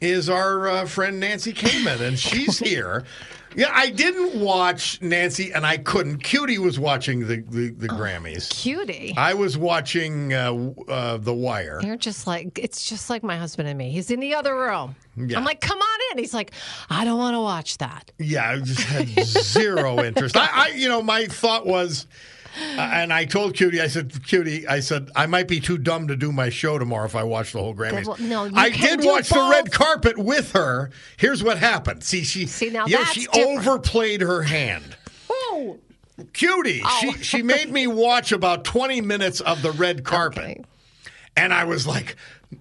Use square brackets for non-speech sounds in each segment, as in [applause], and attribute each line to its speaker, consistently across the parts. Speaker 1: Is our uh, friend Nancy Kamen, and she's here. Yeah, I didn't watch Nancy, and I couldn't. Cutie was watching the, the, the Grammys.
Speaker 2: Cutie.
Speaker 1: I was watching uh, uh, The Wire.
Speaker 2: You're just like it's just like my husband and me. He's in the other room.
Speaker 1: Yeah.
Speaker 2: I'm like, come on in. He's like, I don't want to watch that.
Speaker 1: Yeah, I just
Speaker 2: [laughs]
Speaker 1: had zero interest. I, I, you know, my thought was, uh, and I told Cutie, I said, Cutie, I said, I might be too dumb to do my show tomorrow if I watch the whole Grammys.
Speaker 2: Well, no, you
Speaker 1: I
Speaker 2: can
Speaker 1: did
Speaker 2: do
Speaker 1: watch the
Speaker 2: both.
Speaker 1: red carpet with her. Here's what happened. See, she,
Speaker 2: See, now
Speaker 1: yeah,
Speaker 2: that's
Speaker 1: she
Speaker 2: different.
Speaker 1: overplayed her hand.
Speaker 2: Whoa.
Speaker 1: Cutie,
Speaker 2: Oh.
Speaker 1: she, she made me watch about 20 minutes of the red carpet.
Speaker 2: Okay.
Speaker 1: And I was like,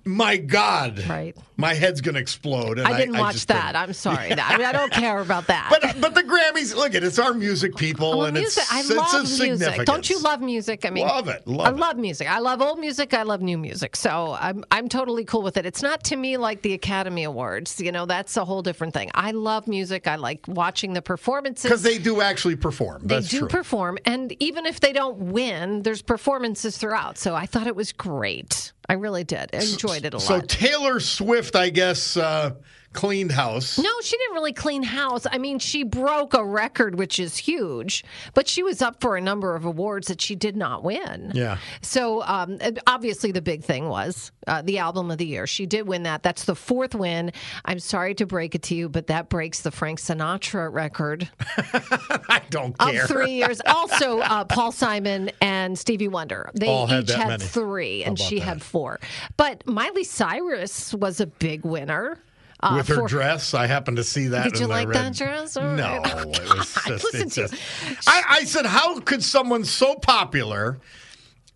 Speaker 1: my God,
Speaker 2: Right.
Speaker 1: my head's going to explode. And
Speaker 2: I didn't watch
Speaker 1: just
Speaker 2: that.
Speaker 1: couldn't.
Speaker 2: I'm sorry. I, mean, I don't care about that.
Speaker 1: But, but the Grammys, look at it, it's our music people,
Speaker 2: Well,
Speaker 1: and
Speaker 2: music,
Speaker 1: it's
Speaker 2: I
Speaker 1: it's a
Speaker 2: love music.
Speaker 1: significance.
Speaker 2: Don't you love music? I mean,
Speaker 1: Love it, love
Speaker 2: I
Speaker 1: it.
Speaker 2: love music. I love old music. I love new music. So I'm I'm totally cool with it. It's not to me like the Academy Awards. You know, that's a whole different thing. I love music. I like watching the performances.
Speaker 1: because they do actually perform.
Speaker 2: They
Speaker 1: That's
Speaker 2: do
Speaker 1: true.
Speaker 2: perform, and even if they don't win, there's performances throughout. So I thought it was great. I really did. I enjoyed it a
Speaker 1: so
Speaker 2: lot.
Speaker 1: Taylor Swift, I guess, uh, cleaned house.
Speaker 2: no, she didn't really clean house. I mean, she broke a record, which is huge, but she was up for a number of awards that she did not win.
Speaker 1: Yeah.
Speaker 2: So um, and obviously, the big thing was uh, the album of the year. She did win that. That's the fourth win. I'm sorry to break it to you, but that breaks the Frank Sinatra record
Speaker 1: I don't
Speaker 2: of
Speaker 1: care.
Speaker 2: three years. Also, uh, Paul Simon and Stevie Wonder. They
Speaker 1: All had
Speaker 2: each
Speaker 1: that
Speaker 2: had
Speaker 1: many.
Speaker 2: three,
Speaker 1: How
Speaker 2: and
Speaker 1: about
Speaker 2: she
Speaker 1: that?
Speaker 2: had four. But Miley Cyrus was a big winner. Uh,
Speaker 1: With her
Speaker 2: for-
Speaker 1: dress, I happened to see that.
Speaker 2: Did you
Speaker 1: and I
Speaker 2: like
Speaker 1: read-
Speaker 2: that dress? All
Speaker 1: No,
Speaker 2: [laughs] right. Oh,
Speaker 1: it was
Speaker 2: God,
Speaker 1: just,
Speaker 2: listen
Speaker 1: it's
Speaker 2: to you.
Speaker 1: just, I, I said, how could someone so popular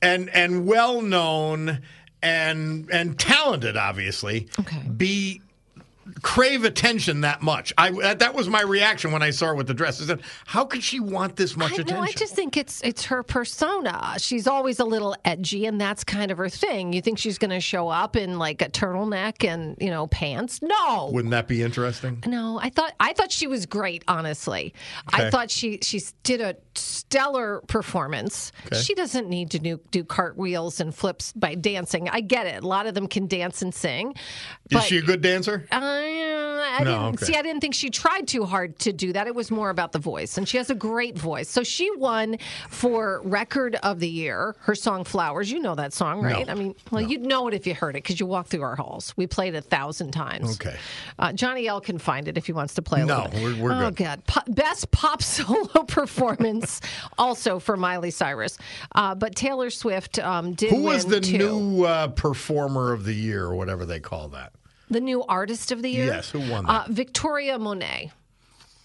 Speaker 1: and and well known and and talented, obviously,
Speaker 2: Okay.
Speaker 1: be crave attention that much? I that, that was my reaction when I saw her with the dress. I said, how could she want this much
Speaker 2: I,
Speaker 1: attention?
Speaker 2: no, I just think it's it's her persona. She's always a little edgy, and that's kind of her thing. You think she's going to show up in like a turtleneck and you know pants? No,
Speaker 1: Wouldn't that be interesting?
Speaker 2: No, I thought I thought she was great. Honestly,
Speaker 1: Okay.
Speaker 2: I thought she she did a stellar performance.
Speaker 1: Okay.
Speaker 2: She doesn't need to do, do cartwheels and flips by dancing. I get it. A lot of them can dance and sing. But,
Speaker 1: Is she a good dancer?
Speaker 2: Uh, I
Speaker 1: No,
Speaker 2: didn't
Speaker 1: okay.
Speaker 2: see. I didn't think she tried too hard to do that. It was more about the voice, and she has a great voice. So she won for record of the year. Her song "Flowers," you know that song, right? I mean, well, you'd know it if you heard it because you walked through our halls. We played it a thousand times.
Speaker 1: Okay.
Speaker 2: Uh, Johnny L can find it if he wants to play a
Speaker 1: No,
Speaker 2: little bit.
Speaker 1: we're- we're
Speaker 2: oh,
Speaker 1: good.
Speaker 2: God. Po- best pop [laughs] solo performance also for Miley Cyrus. Uh, but Taylor Swift um, did
Speaker 1: Who was
Speaker 2: win,
Speaker 1: the
Speaker 2: too.
Speaker 1: new uh, performer of the year, or whatever they call that?
Speaker 2: The new artist of the year?
Speaker 1: Yes, who won
Speaker 2: Uh,
Speaker 1: that?
Speaker 2: Victoria Monet.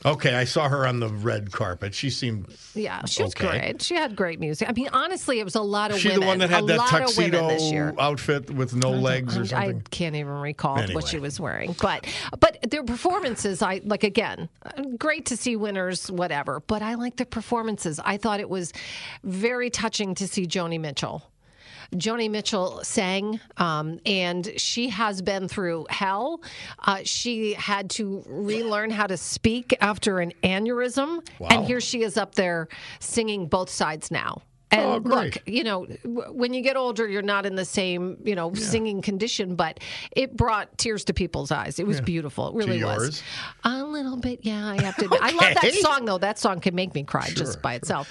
Speaker 1: Okay, I saw her on the red carpet. She seemed.
Speaker 2: Yeah, she was
Speaker 1: Okay.
Speaker 2: great. She had great music. I mean, honestly, it was a lot of
Speaker 1: She
Speaker 2: women.
Speaker 1: the one that
Speaker 2: a
Speaker 1: had that
Speaker 2: lot of women
Speaker 1: tuxedo
Speaker 2: this year.
Speaker 1: outfit with no legs or
Speaker 2: I
Speaker 1: something.
Speaker 2: can't even recall
Speaker 1: Anyway.
Speaker 2: what she was wearing, but but their performances, I like again, great to see winners, whatever. But I like the performances. I thought it was very touching to see Joni Mitchell. Joni Mitchell sang, um, and she has been through hell. Uh, she had to relearn how to speak after an aneurysm,
Speaker 1: Wow.
Speaker 2: and here she is up there singing both sides now. And
Speaker 1: Oh, great.
Speaker 2: look, you know, w- when you get older, you're not in the same, you know, singing condition, but it brought tears to people's eyes. It was beautiful. It really
Speaker 1: yours?
Speaker 2: was. A little bit, yeah, I have to. admit. I love that
Speaker 1: Okay.
Speaker 2: song, though. That song can make me cry just by itself.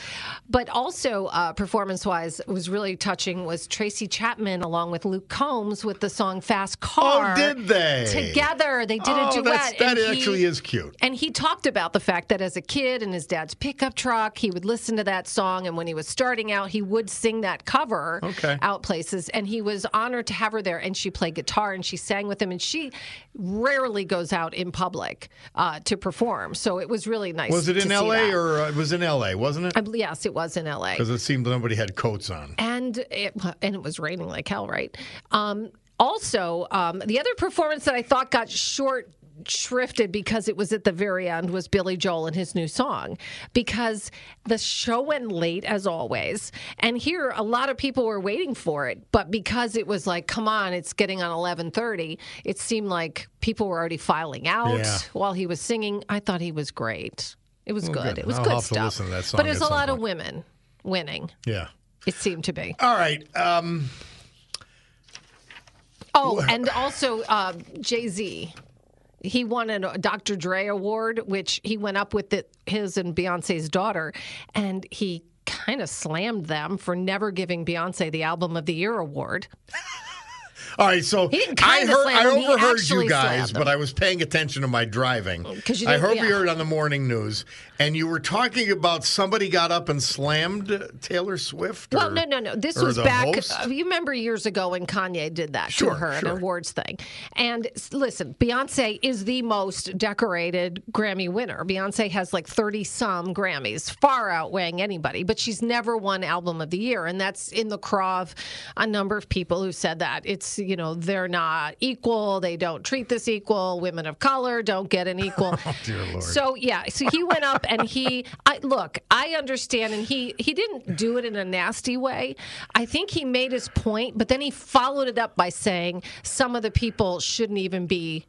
Speaker 2: But also, uh, performance wise, was really touching was Tracy Chapman along with Luke Combs with the song Fast Car.
Speaker 1: Oh, did they?
Speaker 2: Together, they did
Speaker 1: Oh,
Speaker 2: a duet.
Speaker 1: that's- that
Speaker 2: and
Speaker 1: actually is cute.
Speaker 2: and he talked about the fact that as a kid in his dad's pickup truck, he would listen to that song. And when he was starting out, he would sing that cover
Speaker 1: Okay.
Speaker 2: out places. And he was honored to have her there. And she played guitar and she sang with him. And she rarely goes out in public uh, to perform. So it was really nice.
Speaker 1: Was it
Speaker 2: to
Speaker 1: in
Speaker 2: see
Speaker 1: L.A.
Speaker 2: that.
Speaker 1: or uh, it was in L.A. wasn't it?
Speaker 2: I bel- yes, it was in LA.
Speaker 1: Because it seemed nobody had coats on.
Speaker 2: and it and it was raining like hell, right? Um, also, um, the other performance that I thought got short shrifted because it was at the very end was Billy Joel and his new song because the show went late as always and here a lot of people were waiting for it but because it was like come on it's getting on 11:30 it seemed like people were already filing out
Speaker 1: Yeah.
Speaker 2: while he was singing I thought he was great it was
Speaker 1: Well,
Speaker 2: good.
Speaker 1: good.
Speaker 2: it was
Speaker 1: I'll
Speaker 2: good
Speaker 1: have to
Speaker 2: stuff
Speaker 1: listen to that song
Speaker 2: but it was
Speaker 1: at
Speaker 2: a
Speaker 1: some
Speaker 2: lot of
Speaker 1: point.
Speaker 2: women winning
Speaker 1: Yeah.
Speaker 2: it seemed to be
Speaker 1: All right. Um,
Speaker 2: Oh, and also uh, Jay Z. He won a Dr. Dre award, which he went up with it, his and Beyonce's daughter, and he kind of slammed them for never giving Beyonce the Album of the Year award.
Speaker 1: all right. So
Speaker 2: He didn't
Speaker 1: I
Speaker 2: kinda
Speaker 1: heard,
Speaker 2: slam
Speaker 1: I
Speaker 2: him, he
Speaker 1: overheard
Speaker 2: actually
Speaker 1: you guys,
Speaker 2: slammed him.
Speaker 1: but I was paying attention to my driving.
Speaker 2: 'cause you
Speaker 1: I
Speaker 2: didn't-
Speaker 1: heard we
Speaker 2: yeah.
Speaker 1: heard on the morning news, and you were talking about somebody got up and slammed Taylor Swift.
Speaker 2: Well,
Speaker 1: or-
Speaker 2: no, no, no. This
Speaker 1: or
Speaker 2: was
Speaker 1: the
Speaker 2: back.
Speaker 1: host?
Speaker 2: uh, You remember years ago when Kanye did that
Speaker 1: Sure,
Speaker 2: to her at
Speaker 1: sure.
Speaker 2: an awards thing. And s- listen, Beyonce is the most decorated Grammy winner. Beyonce has like thirty some Grammys, far outweighing anybody. But she's never won Album of the Year, and that's in the craw of a number of people who said that it's you know they're not equal, they don't treat this equal, women of color don't get an equal.
Speaker 1: [laughs] Oh, dear Lord.
Speaker 2: So yeah, so he went up and he [laughs] I look, I understand and he he didn't do it in a nasty way. I think he made his point, but then he followed it up by saying some of the people shouldn't even be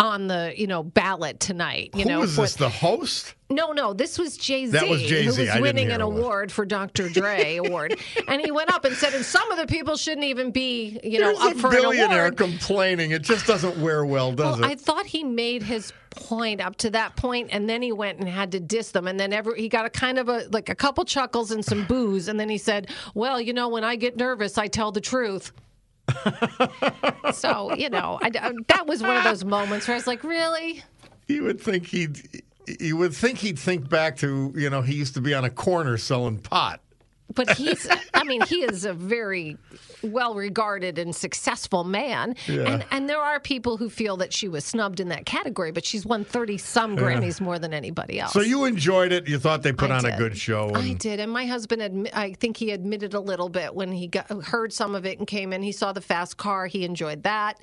Speaker 2: on the, you know, ballot tonight, you
Speaker 1: Who
Speaker 2: know.
Speaker 1: was
Speaker 2: for-
Speaker 1: this? The host?
Speaker 2: no, no, this was Jay Z.
Speaker 1: That was Jay-Z.
Speaker 2: Who
Speaker 1: I
Speaker 2: was
Speaker 1: didn't
Speaker 2: winning
Speaker 1: hear
Speaker 2: an
Speaker 1: all that.
Speaker 2: award for Dr. Dre award, and he went up and said, "And some of the people shouldn't even be, you know,
Speaker 1: There's
Speaker 2: up
Speaker 1: a
Speaker 2: for an
Speaker 1: billionaire
Speaker 2: award."
Speaker 1: complaining. It just doesn't wear well, does
Speaker 2: Well, I
Speaker 1: it?
Speaker 2: thought he made his point up to that point, and then he went and had to diss them, and then every he got a kind of a like a couple chuckles and some boos, and then he said, "Well, you know, when I get nervous, I tell the truth." [laughs] so you know, I, I- that was one of those moments where I was like, "Really?"
Speaker 1: you would think he'd. You would think he'd think back to you know he used to be on a corner selling pot.
Speaker 2: But he's—I mean, he is a very well-regarded and successful man, and and there are people who feel that she was snubbed in that category, but she's won thirty-some Grammys more than anybody else.
Speaker 1: So you enjoyed it. You thought they put
Speaker 2: I
Speaker 1: on a
Speaker 2: did.
Speaker 1: good show.
Speaker 2: I
Speaker 1: and-
Speaker 2: did, and my husband, admi- I think he admitted a little bit when he got, heard some of it and came in. He saw the fast car, he enjoyed that,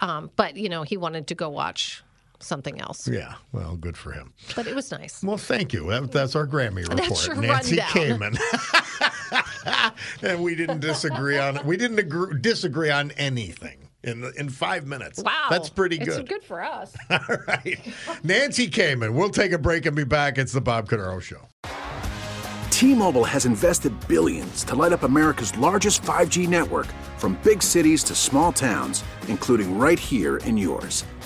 Speaker 2: um, but you know he wanted to go watch something else.
Speaker 1: Yeah, well, good for him.
Speaker 2: But it was nice.
Speaker 1: Well, thank you. That, that's our Grammy report.
Speaker 2: That's your
Speaker 1: Nancy
Speaker 2: rundown.
Speaker 1: Kamen. [laughs] and we didn't disagree on we didn't agree, disagree on anything in the, in five minutes.
Speaker 2: Wow,
Speaker 1: that's pretty good.
Speaker 2: It's good for us.
Speaker 1: All right, [laughs] Nancy Kamen. We'll take a break and be back. It's the Bob Cadaro Show.
Speaker 3: T-Mobile has invested billions to light up America's largest 5G network from big cities to small towns, including right here in yours.